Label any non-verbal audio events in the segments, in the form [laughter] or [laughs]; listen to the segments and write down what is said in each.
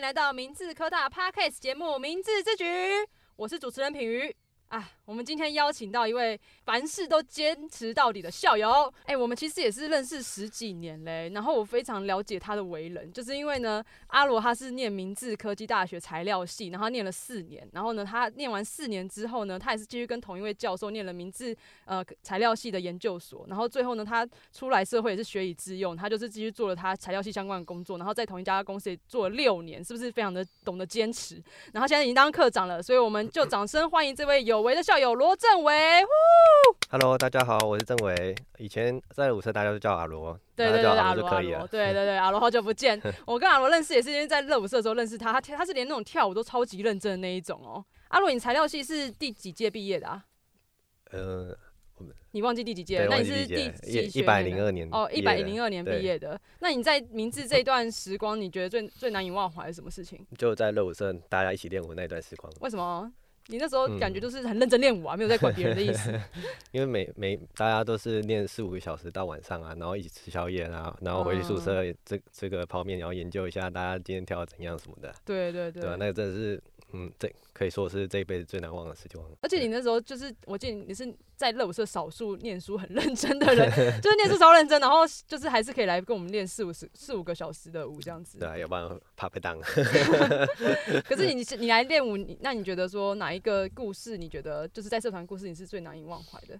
来到明治科大 Podcast 节目《明治之举》，我是主持人品瑜。啊，我们今天邀请到一位凡事都坚持到底的校友。哎、我们其实也是认识十几年嘞，然后我非常了解他的为人，就是因为呢，阿罗他是念明治科技大学材料系，然后他念了四年，然后呢，他念完四年之后呢，他也是继续跟同一位教授念了明治呃材料系的研究所，然后最后呢，他出来社会也是学以致用，他就是继续做了他材料系相关的工作，然后在同一家公司也做了六年，是不是非常的懂得坚持？然后现在已经当课长了，所以我们就掌声欢迎这位有为的校友罗正维。呼 Hello，大家好，我是郑伟。以前在舞社大家都叫阿罗，对对对，大家叫阿罗罗就阿可以罗， [laughs] 了。对对对，阿罗好久不见。我跟阿罗认识也是因为在热舞社的时候认识他，他他是连那种跳舞都超级认真的那一种哦。阿罗，你材料系是第几届毕业的啊？呃，你忘记第几届对，了？那忘你记是几第届，几一学一百年零的？二年哦，一百零二二年对毕业的。那你在明治这段时光，你觉得最最难以忘怀是什么事情？就在热舞社大家一起练舞那段时光，为什么？你那时候感觉嗯就是很认真练舞啊，没有在管别人的意 [laughs] 思。因为每每大家都是练四五个小时到晚上啊，然后一起吃宵夜啊，然后回去宿舍嗯这这个泡面，然后研究一下大家今天跳的怎样什么的，对对对对吧、啊那个真的是，嗯，这可以说是这一辈子最难忘的时光。而且你对那时候就是，我记得你是在热舞社少数念书很认真的 [laughs] 人，就是念书超认真，然后就是还是可以来跟我们练四五十四五个小时的舞这样子对。啊，要不然怕被当。可是你是你来练舞，你那你觉得说哪一个故事，你觉得就是在社团故事你是最难以忘怀的？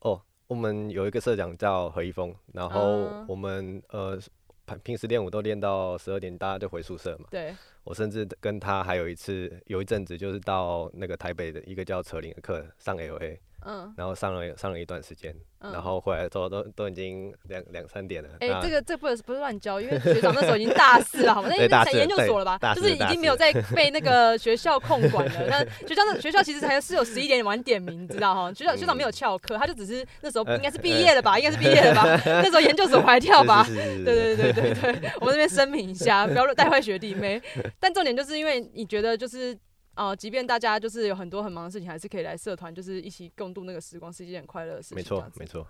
哦我们有一个社长叫何一峰，然啊后我们、呃平平时练舞都练到十二点，大家就回宿舍嘛。对，我甚至跟他还有一次，有一阵子就是到那个台北的一个叫扯铃的课上 L A，嗯然后上了上了一段时间，嗯。然后回来之后都都已经两两三点了。哎、那这个这不是不是乱教，因为学长那时候已经大四了，好吧？那 [laughs] 对应该大才四研究对所了吧？大就四是已大经没有四 [laughs] 在被那个学校控管了。那学校那学校其实还是有十一点晚点名，你知道哈？学校学长没有翘课，他就只是那时候呃应该是毕业了吧？应该是毕业了吧？ [laughs] 那时候研究所还跳吧？ [laughs] 是是是是是对对对对对，对，我们这边声明一下，不要带坏学弟 [laughs] 妹。但重点就是因为你觉得就是。呃，即便大家就是有很多很忙的事情，还是可以来社团，就是一起共度那个时光，是一件很快乐的事情。没这错样子没错。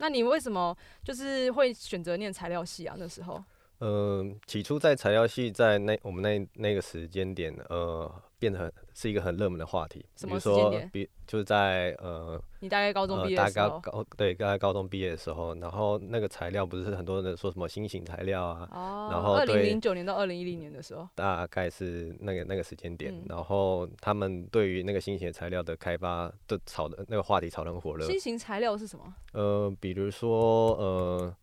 那你为什么就是会选择念材料系啊？那时候，嗯、起初在材料系在那我们那那个时间点，呃，变得很是一个很热门的话题。什比么如时间说点，比就是在呃你大概高中呃毕，业大的时概候，高对，大概高中毕业的时候，然后那个材料不是很多人说什么新型材料啊，哦，然后二零对零九年到二零一零年的时候，大概是那个那个时间点，嗯然后他们对于那个新型材料的开发，都炒的那个话题炒得很火热。新型材料是什么？呃，比如说呃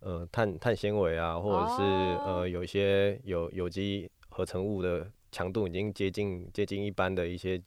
呃碳碳纤维啊，或者是、哦呃有一些有有机合成物的强度已经接近接近一般的一些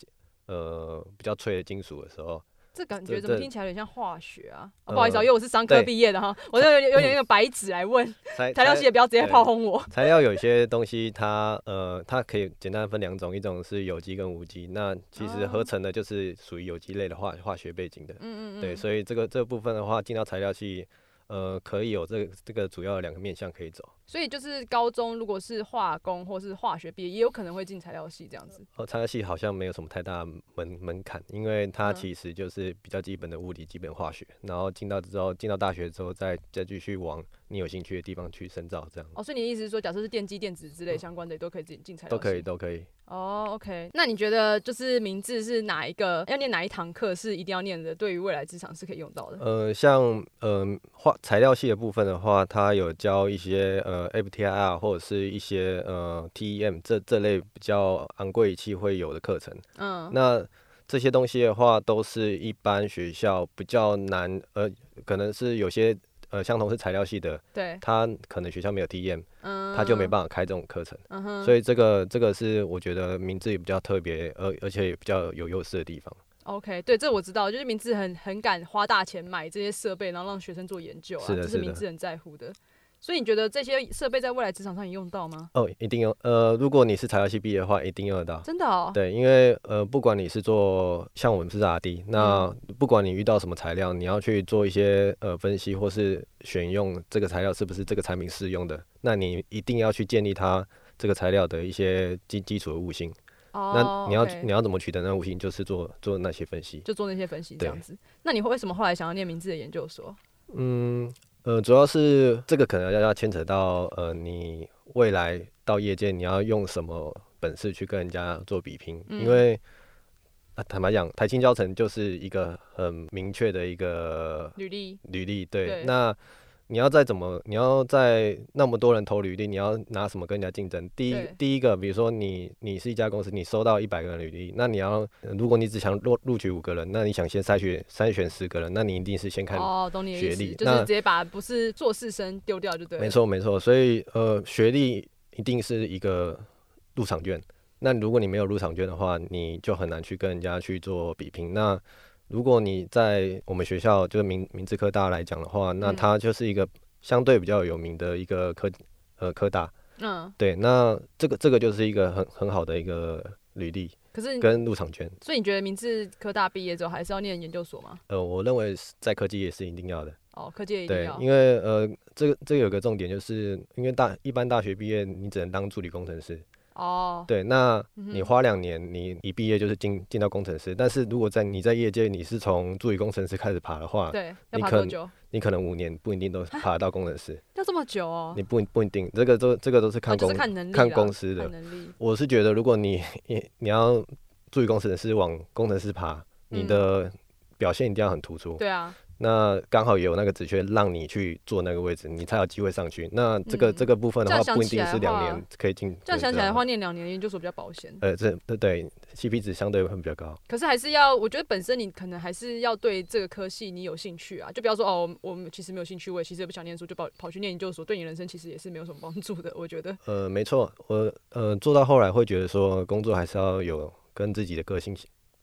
呃比较脆的金属的时候，这感这觉怎么这听起来有点像化学啊？哦呃不好意思啊，因为我是商科对毕业的哈，我就有点有点那个白纸来问材材料系，也不要直接对炮轰我。材料有些东西它，呃，它可以简单分两种，一种是有机跟无机。那其实哦合成的就是属于有机类的化化学背景的，嗯嗯嗯，对，所以这个这部分的话，进到材料系，呃，可以有这个这个主要的两个面向可以走。所以就是高中如果是化工或是化学毕业，也有可能会进材料系这样子。呃，材料系好像没有什么太大的门门槛，因为它嗯其实就是比较基本的物理、基本化学，然后进到之后，进到大学之后再再继续往你有兴趣的地方去深造，这样哦，所以你的意思是说，假设是电机、电子之类相关的，也都可以进进材料嗯系？都可以，都可以。哦、o k 那你觉得就是明治是哪一个要念哪一堂课是一定要念的？对于未来职场是可以用到的。呃，像呃化材料系的部分的话，它有教一些呃 FTIR 或者是一些呃 TEM 这这类比较昂贵仪器会有的课程。嗯，那这些东西的话，都是一般学校比较难，呃，可能是有些呃相同是材料系的，对，它可能学校没有 TEM，嗯，它呃就没办法开这种课程。嗯哼，所以这个这个是我觉得明治也比较特别，而而且也比较有优势的地方。 OK，对，这我知道，就是明治很很敢花大钱买这些设备，然后让学生做研究啊，是的这是是的明治很在乎的。所以你觉得这些设备在未来职场上也用到吗？哦，一定有，呃，如果你是材料系毕业的话，一定用得到。真的哦，对，因为呃，不管你是做像我们是 R D，那嗯不管你遇到什么材料，你要去做一些呃分析，或是选用这个材料是不是这个产品适用的，那你一定要去建立它这个材料的一些基基础的悟性。哦那，你要、 OK 你要怎么取得那悟性，就是做做那些分析。就做那些分析这对样子。那你会为什么后来想要念明治的研究所？嗯，呃，主要是这个可能要要牵扯到呃你未来到业界，你要用什么本事去跟人家做比拼？嗯因为、啊、坦白讲，台青教程就是一个很明确的一个履历，履历。对，对那你要再怎么，你要在那么多人投履历，你要拿什么跟人家竞争？第一对，第一个，比如说你你是一家公司，你收到一百个人履历，那你要呃如果你只想录录取五个人，那你想先筛选筛选十个人，那你一定是先看。哦，懂你的意学思，历就是那直接把不是硕士生丢掉就对了。没，错没错，所以呃，学历一定是一个入场券。那如果你没有入场券的话，你就很难去跟人家去做比拼。那如果你在我们学校，就是明明治科大来讲的话，那嗯它就是一个相对比较有名的一个科呃科大。嗯，对，那这个这个就是一个很很好的一个履历可是跟入场券。所以你觉得明治科大毕业之后还是要念研究所吗？呃，我认为是在科技也是一定要的。哦，科技也一定对要，。因为呃，这个这个有个重点，就是因为大一般大学毕业，你只能当助理工程师。哦，对，那嗯哼你花两年，你一毕业就是进进到工程师，但是如果在你在业界你是从助理工程师开始爬的话，对，要你爬可多能久？你可能五年不一定都爬得到工程师，要这么久哦你？不不一定，这个都这个都是那看就公、是看能力啦，看公司的看。能力。我是觉得，如果你你你要助理工程师往工程师爬，你嗯的表现一定要很突出。对啊，那刚好也有那个职缺让你去做那个位置，你才有机会上去。那这个、嗯这个部分的这样话，想不一起定来是的两话年可以进。这样想起来的对啊话，，念两年研究所比较保险。呃，这对对，CP 值相对会比较高。可是还是要，我觉得本身你可能还是要对这个科系你有兴趣啊，就不要说哦，我们其实没有兴趣，我也其实也不想念书，就跑跑去念研究所，对你人生其实也是没有什么帮助的。我觉得，呃，没错，我呃做到后来会觉得说，工作还是要有跟自己的个性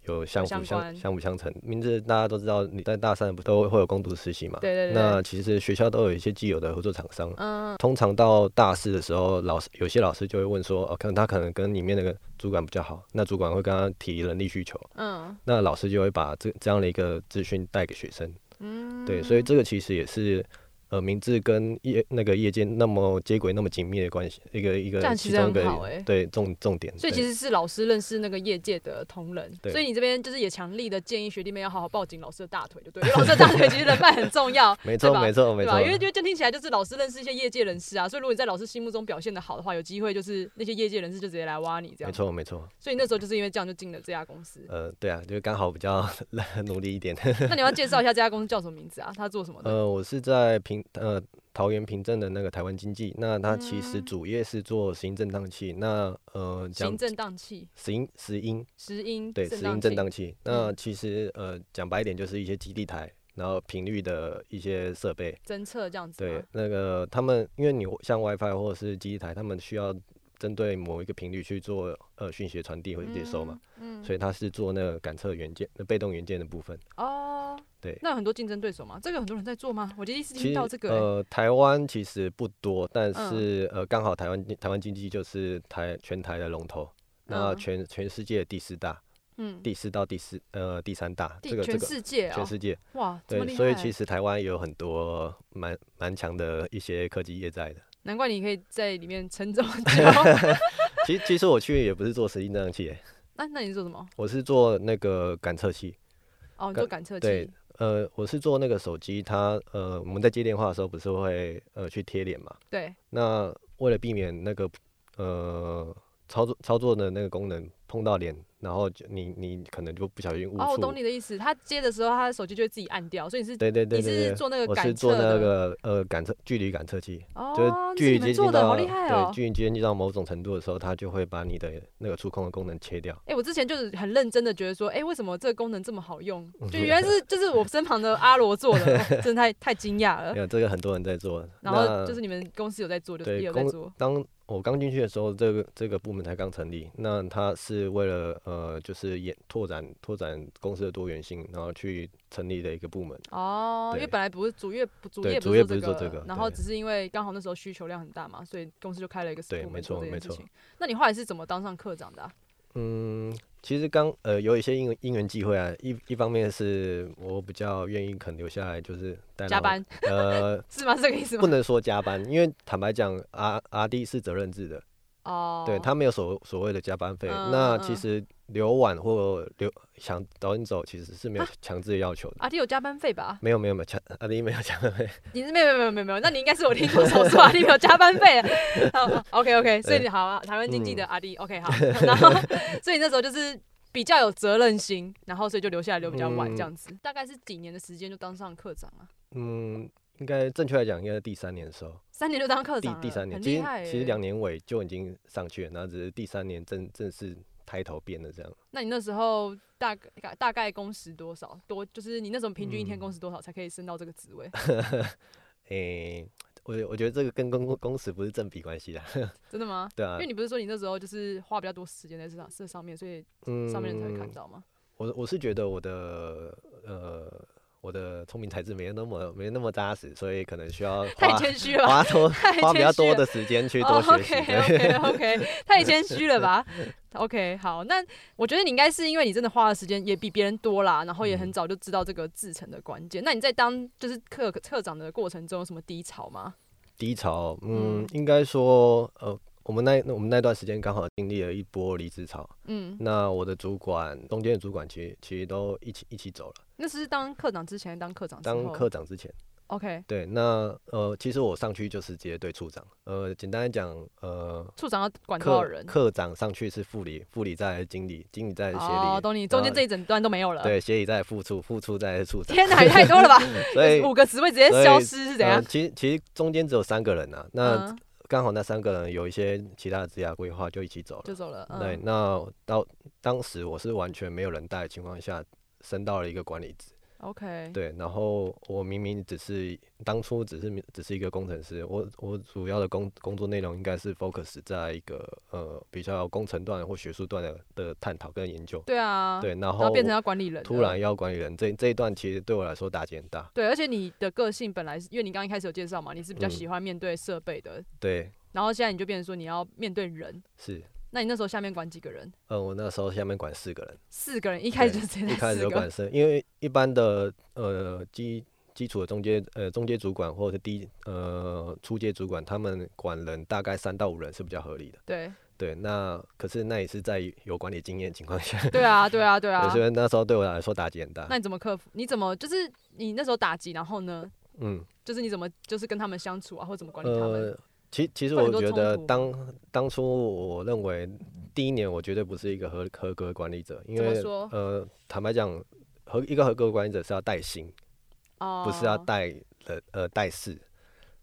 有相相辅相关相辅相成。明知大家都知道你在大三不都会有攻读实习嘛？对对对那其实学校都有一些既有的合作厂商。嗯，通常到大四的时候，老师有些老师就会问说，哦，可能他可能跟里面那个主管比较好，那主管会跟他提人力需求，嗯那老师就会把这这样的一个资讯带给学生。嗯，对，所以这个其实也是呃，明治跟业那个业界那么接轨那么紧密的关系，一个一这样个其其实中一个很好欸对重重点。所以其对实是老师认识那个业界的同仁，对所以你这边就是也强力的建议学弟妹要好好抱紧老师的大腿，就 [laughs]，对了，因为老师的大腿其实人脉很重要没对错吧没错对没错吧？，因为因为就听起来就是老师认识一些业界人士啊，所以如果你在老师心目中表现的好的话，有机会就是那些业界人士就直接来挖你这没样。错没错，所以那时候就是因为这样就进了这家公 [laughs] 司。呃，对啊，就刚好比较 [laughs] 努力一点。那你要介绍一下这家公司叫什么名字啊？他做什么的？呃，我是在平呃桃园平镇的那个台湾经济，那它其实嗯主业是做石英振荡器，那呃讲行政荡气，石英石英石英对，石英振荡器。那嗯其实呃，讲白一点，就是一些基地台，然后频率的一些设备。侦测这样子吗。对，那个他们因为你像 WiFi 或者是基地台，他们需要针对某一个频率去做呃讯息的传递或者接收嘛，嗯，所以它是做那个感测元件、那被动元件的部分。哦，对那有很多竞争对手吗？这个很多人在做吗？我第一次其听实到这个、欸呃，台湾其实不多，但嗯是、呃，刚好台湾台湾经济就是台全台的龙头，那嗯全、全世界第四大，嗯，第四到第四呃第三大，地这个这全个世界啊、全世界。哇，这么对，厉害！所以其实台湾也有很多蛮蛮强的一些科技业在的。难怪你可以在里面撑 [laughs] 这么久。其实其实我去也不是做实际振荡器耶，那那你是做什么？我是做那个感测器。哦，你做感测对器。，呃，我是做那个手机，它呃，我们在接电话的时候不是会呃去贴脸嘛？对，那为了避免那个呃操作操作的那个功能碰到脸，然后就你你可能就不小心误哦，我触。懂你的意思。他接的时候，他的手机就会自己按掉，所以你是对对对你对是对。做那个我感是测做那的，个呃感测距离感测器，就是哦，这距是离你们接做近的，到好厉害哦对，！距离接近到某种程度的时候，它就会把你的那个触控的功能切掉。哎、我之前就是很认真的觉得说，哎、为什么这个功能这么好用？就原来是就是我身旁的阿罗做 [laughs] 的，哦真的太太惊讶了没。有这个很多人在做。呃然后那就是你们公司有在做，就是对也有在公做，当我刚进去的时候，这个这个部门才刚成立，那它是为了呃就是也拓展拓展公司的多元性，然后去成立的一个部门。哦，因为对本来不是主业不主对业主业不不是是做做这这个个，然后对只是因为刚好那时候需求量很大嘛，所以公司就开了一个对部门没做错这件没事错情。那你后来是怎么当上科长的啊、嗯，其实刚呃有一些因因缘际会啊，一一方面是我比较愿意肯留下来，就是待加到班呃 [laughs] 是吗？是这个意思不吗？能说加班，因为坦白讲，R R D 是责任制的。哦，对他没有所所谓的加班费。嗯那嗯其嗯实留晚或留想早点走，其实是没啊有强制要求的。阿弟有加班费吧？没有没有没有强，阿迪没有强制。你是没有没有没有没有，那你应该是我听错手术阿弟没有加班费了。啊好 OK OK，所以你好啊，台湾经嗯济的阿弟 OK 好，然后 [laughs] 所以那时候就是比较有责任心，然后所以就留下来留比较晚嗯这样子，大概是几年的时间就当上科长啊？ [laughs] 嗯，应该正确来讲，应该是第三年的时候，三年就当科第长了第三年，很其厉实害耶。欸其实两年尾就已经上去了，然后只是第三年正正式抬头变了这样。那你那时候大概大概工时多少？多就是你那时候平均一天嗯工时多少才可以升到这个职 [laughs] 位？诶、我我觉得这个跟工工时不是正比关系啦， [laughs] 真的吗？对啊因为，你不是说你那时候就是花比较多时间在这上这上面，所以嗯上面人才会看到吗？我我是觉得我的呃我的聪明才智没有那么没那么扎实，所以可能需要 [laughs] 太嗯花谦虚了吧，花 [laughs] 多太谦花比较虚多了的时间去多学习。 o 对 k 哦 OK OK，太谦虚了吧？OK，好，那我觉得你应该是因为你真的花的时间也比别人多啦，然后也很嗯早就知道这个制成的关键。那你在当就是课课长的过程中有什么低潮吗？低潮，嗯，嗯应该说呃。我们那我们那段时间刚好经历了一波离职潮，嗯，那我的主管中间的主管其实其实都一起一起走了。那是当课长之前，当课哦长之当后科长之前， OK，对，那呃，其实我上去就是直接对处长，呃，简单来讲，呃，处长要管多少科人？科长上去是副理，副理再来经理，经理再来协理，哦，懂你，中间这一整段都没有了。对，协理再来副处，副处再来处长，天哪，也太多了吧！ [laughs] 所以五个职位直接所以消失是怎呃样？其实其实中间只有三个人啊，那嗯刚好那三个人有一些其他的职业规划就一起走就了。走了。对，嗯，那到当时我是完全没有人带的情况下，升到了一个管理职。 ，OK，对，然后我明明只是当初只是只是一个工程师，我我主要的工工作内容应该是 focus 在一个呃比较工程段或学术段的的探讨跟研究。对啊，对，然然后后变成我要管理人了，突然要管理人，这这一段其实对我来说打击很大。对，而且你的个性本来是因为你刚刚一开始有介绍嘛，你是比较嗯喜欢面对设备的，对，然后现在你就变成说你要面对人。是，那你那时候下面管几个人？呃，我那时候下面管四个人，四个人，一开始就直接一开带始四就个管。四，因为一般的呃基基础的中介呃中介主管或者是低呃初阶主管，他们管人大概三到五人是比较合理的。对，对，那可是那也是在有管理经验的情况下，对啊，对啊， [laughs] 对啊所。以那时候对我来说打击很大那。你怎么克服？你怎么就是你那时候打击，然后呢，嗯，就是你怎么就是跟他们相处啊，或怎么管理他们？呃，其其实会有很我多觉冲得突当当初我认为第一年我绝对不是一个合合格的管理者，因怎么为说呃，坦白讲，合一个合格的管理者是要带薪，哦，不是要带人呃带事。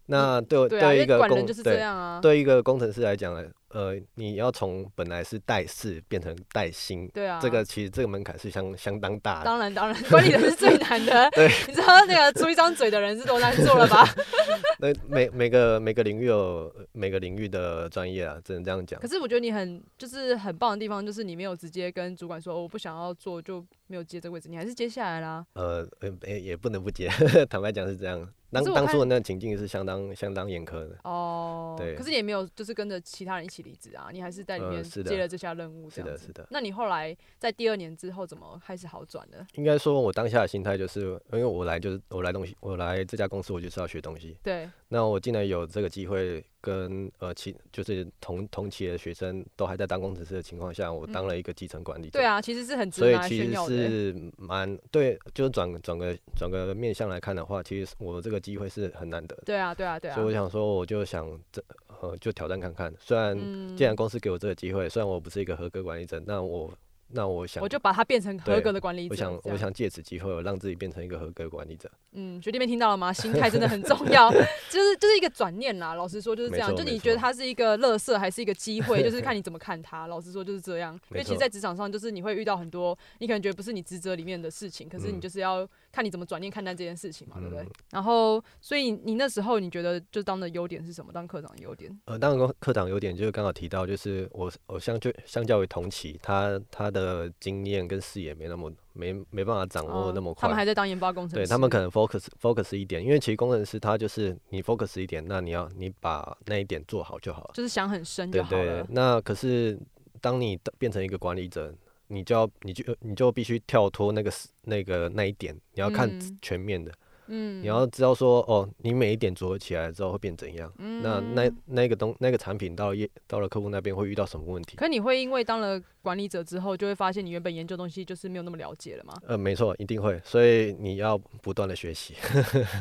那对我对啊，因对一为个管工人就是这对样啊。对一个工程师来讲，呃，你要从本来是带事变成带薪，对啊，这个其实这个门槛是相相当大的。当然当然，管理人是最难的。 [laughs] 你知道那个出一张嘴的人是多难做了吧？ [laughs] 那每每个每个领域有每个领域的专业啊，只能这样讲可。是我觉得你很就是很棒的地方，就是你没有直接跟主管说、哦我不想要做，就没有接这个位置，你还是接下来啦。呃，呃也也不能不接， [laughs] 坦白讲是这样。当可是我当看初的那个情境是相当相当严苛的，哦，对可是你也没有就是跟着其他人一起离职啊，你还是在里呃面是的接了这项任务哦这是样的，子。是的。那你后来在第二年之后怎么开始好转的？应该说，我当下的心态就是，因为我来就是我来东西，我来这家公司我就是要学东西。对，那我竟然有这个机会跟呃其就是同同期的学生都还在当工程师的情况下，我当嗯了一个基层管理者。对啊，其实是很值所得以拿来其炫实耀的欸、是蛮对，就是转转个转个面向来看的话，其实我这个机会是很难得的。对啊，对啊，对啊所以。我想说，我就想这呃，就挑战看看。虽然嗯既然公司给我这个机会，虽然我不是一个合格管理者，那我那我想，我就把它变成合对格的管理者。我想这我样想借此机会，我让自己变成一个合格管理者。嗯，学弟妹听到了吗？心态真的很重 [laughs] 要，就是就是一个转念啦。老实说就是这样，没就错你觉得它是一个乐色还是一个机会， [laughs] 就是看你怎么看它。老实说就是这样，因为没其实，错在职场上就是你会遇到很多你可能觉得不是你职责里面的事情，可是你嗯就是要看你怎么转念看待这件事情嘛，对不对嗯？然后，所以你那时候你觉得就当的优点是什么？当科长的优点？呃，当然公科长有点就是刚好提到，就是我我相就相较于同期，他他的经验跟视野没那么没没办法掌握哦那么他快。们还在当研发工程对师，他们可能 focus focus 一点，因为其实工程师他就是你 focus 一点，那你要你把那一点做好就好了。就是想很深对就好对对了，。那可是当你的变成一个管理者，你就要你就你就必须跳脱那个 s- 那个那一点，你要看嗯全面的。嗯你要知道说，哦，你每一点组合起来之后会变怎样。嗯那那那个东那个产品到业到了客户那边会遇到什么问题？可你会因为当了管理者之后，就会发现你原本研究的东西就是没有那么了解 [laughs] 了吗？呃，没错，一定会，所以你要不断的学习。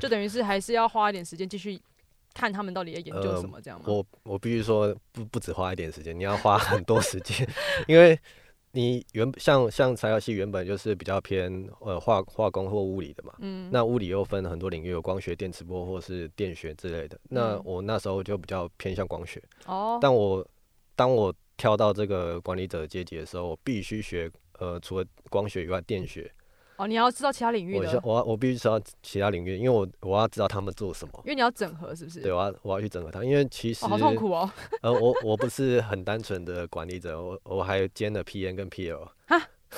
就等于是还是要花一点时间继续看他们到底在研究呃什么这样吗？我我必须说，不不只花一点时间，你要花很多时间， [laughs] 因为你原像像材料系原本就是比较偏呃化化工或物理的嘛，嗯，那物理又分很多领域，有光学、电磁波或是电学之类的。那嗯我那时候就比较偏向光学，哦，但我当我跳到这个管理者阶级的时候，我必须学呃除了光学以外，电学，哦，你要知道其他领域我的需要，我要我必须知道其他领域，因为我我要知道他们做什么因。为你要整合，是不是？对，啊我要我要去整合它，因为其实、哦，好痛苦哦。呃，我我不是很单纯的管理者，我我还兼了 PN 跟 PL，哈 [laughs]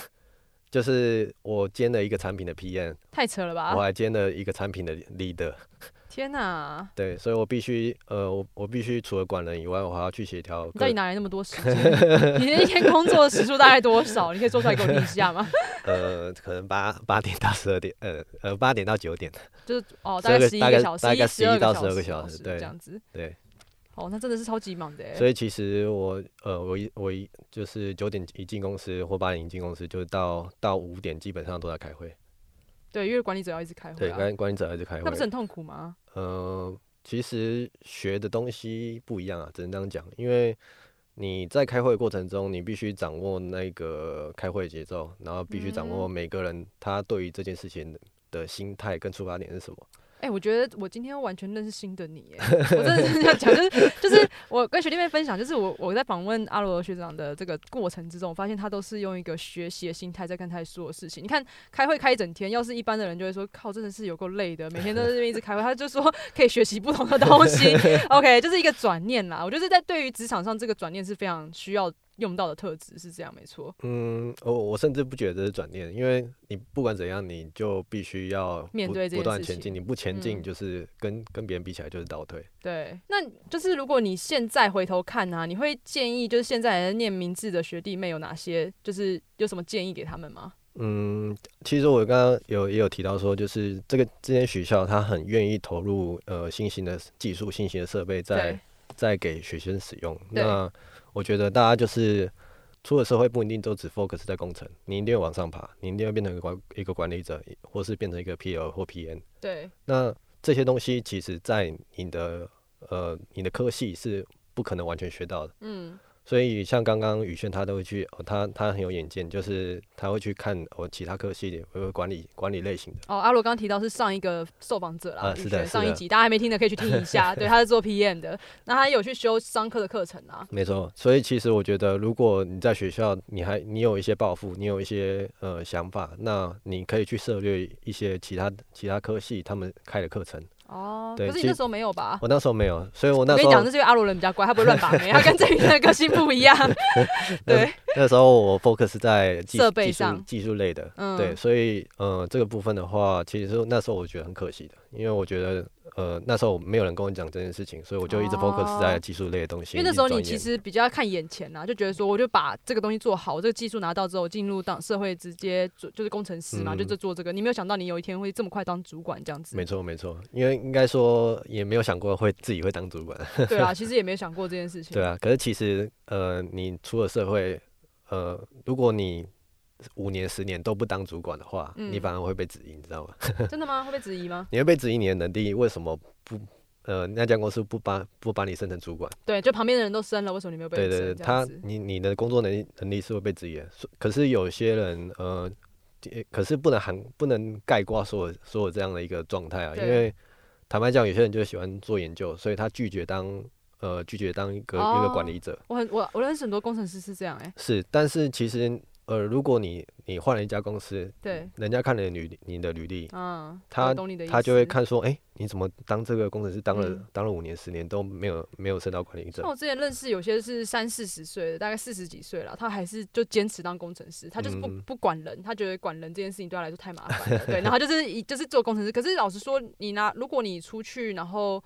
就是我兼了一个产品的 PN，、太扯了我吧！还兼了一个产品的 leader，天哪，对，所以我必须呃，我我必须除了管人以外，我还要去协调你各到底哪来那么多时 [laughs] 间？你的一天工作的时数大概多少？你可以说出来给我听一下吗？ [laughs] 呃，可能八八点到十二点，呃呃八点到九点，就是哦，十大二概个十一大个概小时，大概十二11到小12个小小时对这样子。对，哦，那真的是超级忙的欸。所以其实我呃我一我一就是九点一进公司或八点一进公司，就到到五点基本上都在开会，对，因为管理者要一直开会对，啊，管管理者还是开会，那不是很痛苦吗？呃，其实学的东西不一样啊，只能这样讲，因为你在开会的过程中，你必须掌握那个开会节奏，然后必须掌握嗯每个人他对于这件事情的的心态跟出发点是什么。哎、我觉得我今天完全认识新的你耶，我真的是这样讲，就是就是我跟学弟妹分享，就是我我在访问阿罗学长的这个过程之中，我发现他都是用一个学习的心态在看他所有事情。你看开会开一整天，要是一般的人就会说靠，真的是有够累的，每天都在这边一直开会。他就说可以学习不同的东西，OK，就是一个转念啦。我觉得在对于职场上这个转念是非常需要用到的特质，是这样没错。嗯，我我甚至不觉得这是转念，因为你不管怎样，你就必须要面不对这件不断事前进，情你不前进嗯就是跟、跟别人比起来就是倒退。对，那就是如果你现在回头看啊，你会建议就是现在还在念明治的学弟妹有哪些，就是有什么建议给他们吗？嗯，其实我刚刚有也有提到说，就是这个这间学校，它很愿意投入呃新型的技术、新型的设备在，对在给学生使用。对那我觉得大家就是出了社会不一定都只 focus 在工程，你一定会往上爬，你一定会变成一个管一个管理者，或是变成一个 PL 或 PN。对，那这些东西其实，在你的呃你的科系是不可能完全学到的。嗯，所以像刚刚宇轩他都会去，哦、他他很有眼见，就是他会去看我、哦、其他科系的呃管理管理类型的。哦，阿罗刚刚提到是上一个受访者啦，啊就是的觉得是上一的集大家还没听的可以去听一 [laughs] 下，对，他是做 PM 的，那他有去修商科的课程啊，没错，所以其实我觉得，如果你在学校，你还你有一些抱负，你有一些呃想法，那你可以去涉猎一些其他其他科系他们开的课程。哦，对可是你其那实时候没有吧？我那时候没有，所以我我那跟时你讲，候这是因为阿罗人比较乖，他不会乱把妹，他跟这边的个 [laughs] 性不一样。对， [laughs] 那时候我 focus 在技设术备技术上技术类的，嗯对，所以呃这个部分的话，其实那时候我觉得很可惜的，因为我觉得呃那时候没有人跟我讲这件事情，所以我就一直 focus 在哦技术类的东西。因为那时候一直你钻其研实比较看眼前啊，就觉得说，我就把这个东西做好，我这个技术拿到之后，进入当社会直接做就是工程师嘛，嗯就就做这个。你没有想到你有一天会这么快当主管这样子没，错没错，因为应该说也没有想过会自己会当 [laughs] 主管，对啊，其实也没有想过这件事情。对啊。可是其实呃你出了社会，呃如果你五年十年都不当主管的话，你嗯反而会被质疑，你知道吗？ [laughs] 真的吗？会被质疑吗？你会被质疑你的能力为什么不呃那家公司不把不把你升成主管？对，就旁边的人都升了，为什么你没有被对对升对，这他样子？你你的工作能力能力是会被质疑的，所可是有些人呃，也可是不能涵不能概括所有所有这样的一个状态啊，因对为坦白讲，有些人就喜欢做研究，所以他拒绝当呃拒绝当一个、一个管哦理者我很我我认识很多工程师是这样哎、是，但是其实呃，如果你你换了一家公司，对，人家看了你的履历你的履历，嗯，他我懂你的意思，他就会。看说，哎、你怎么当这个工程师当了、嗯哦当了五年十年都没有没有升到管理者像？我之前认识有些是三四十岁的，大概四十几岁了，他还是就坚持当工程师，他就是不、嗯不管人，他觉得管人这件事情对他来说太麻烦了，对，然后就是以就是做工程师。可是老实说，你拿如果你出去，然后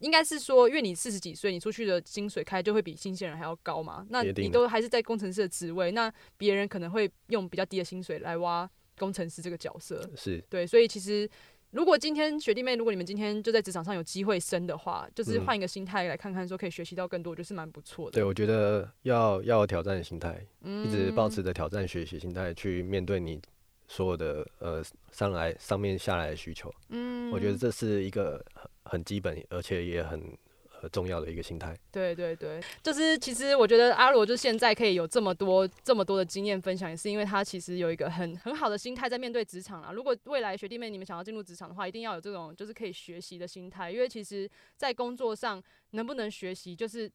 应该是说，因为你四十几岁，你出去的薪水开就会比新鲜人还要高嘛，那一定你的都还是在工程师的职位，那别人可能会用比较低的薪水来挖工程师这个角色，是，对，所以其实如果今天学弟妹，如果你们今天就在职场上有机会升的话，就是嗯换一个心态来看看，说可以学习到更多，就是蛮不错的。对，我觉得要要有挑战的心态，嗯一直保持着挑战学习心态去面对你所有的呃上来上面下来的需求。嗯我觉得这是一个很很基本，而且也很呃重要的一个心态。对对对，就是其实我觉得阿罗就现在可以有这么多这么多的经验分享，也是因为他其实有一个很很好的心态在面对职场啦。如果未来学弟妹你们想要进入职场的话，一定要有这种就是可以学习的心态，因为其实，在工作上能不能学习，就是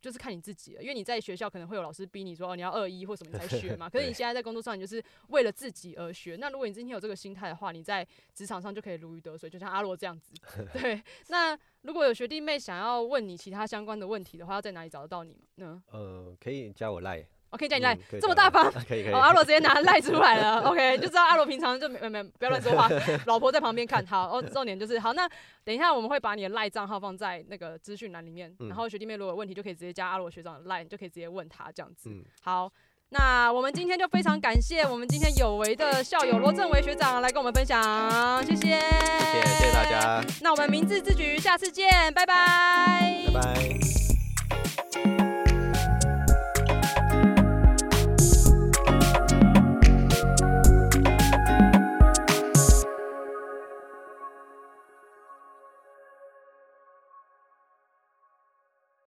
就是看你自己了。因为你在学校可能会有老师逼你说哦你要二一或什么你才学 [laughs] 嘛，可是你对现在在工作上，你就是为了自己而学。那如果你今天有这个心态的话，你在职场上就可以如鱼得水，就像阿罗这样子。 [laughs] 对，那如果有学弟妹想要问你其他相关的问题的话，要在哪里找得到你呢？呃，可以加我赖，我可以叫你来嗯可以这么加大我。方 [laughs] 可以可以哦，。阿罗直接拿赖出来了 [laughs] ，OK，就知道阿罗平常就没没没不要乱说 [laughs] 话，老婆在旁边看。好，哦，重点就是好，那等一下我们会把你的赖账号放在那个资讯栏里面，嗯然后学弟妹如果有问题就可以直接加阿罗学长的赖，你就可以直接问他这样子。嗯，好，那我们今天就非常感谢我们今天有为的校友罗振维学长来跟我们分享，谢谢，谢谢谢谢大。家，那我们明智之举，下次见，拜拜拜拜。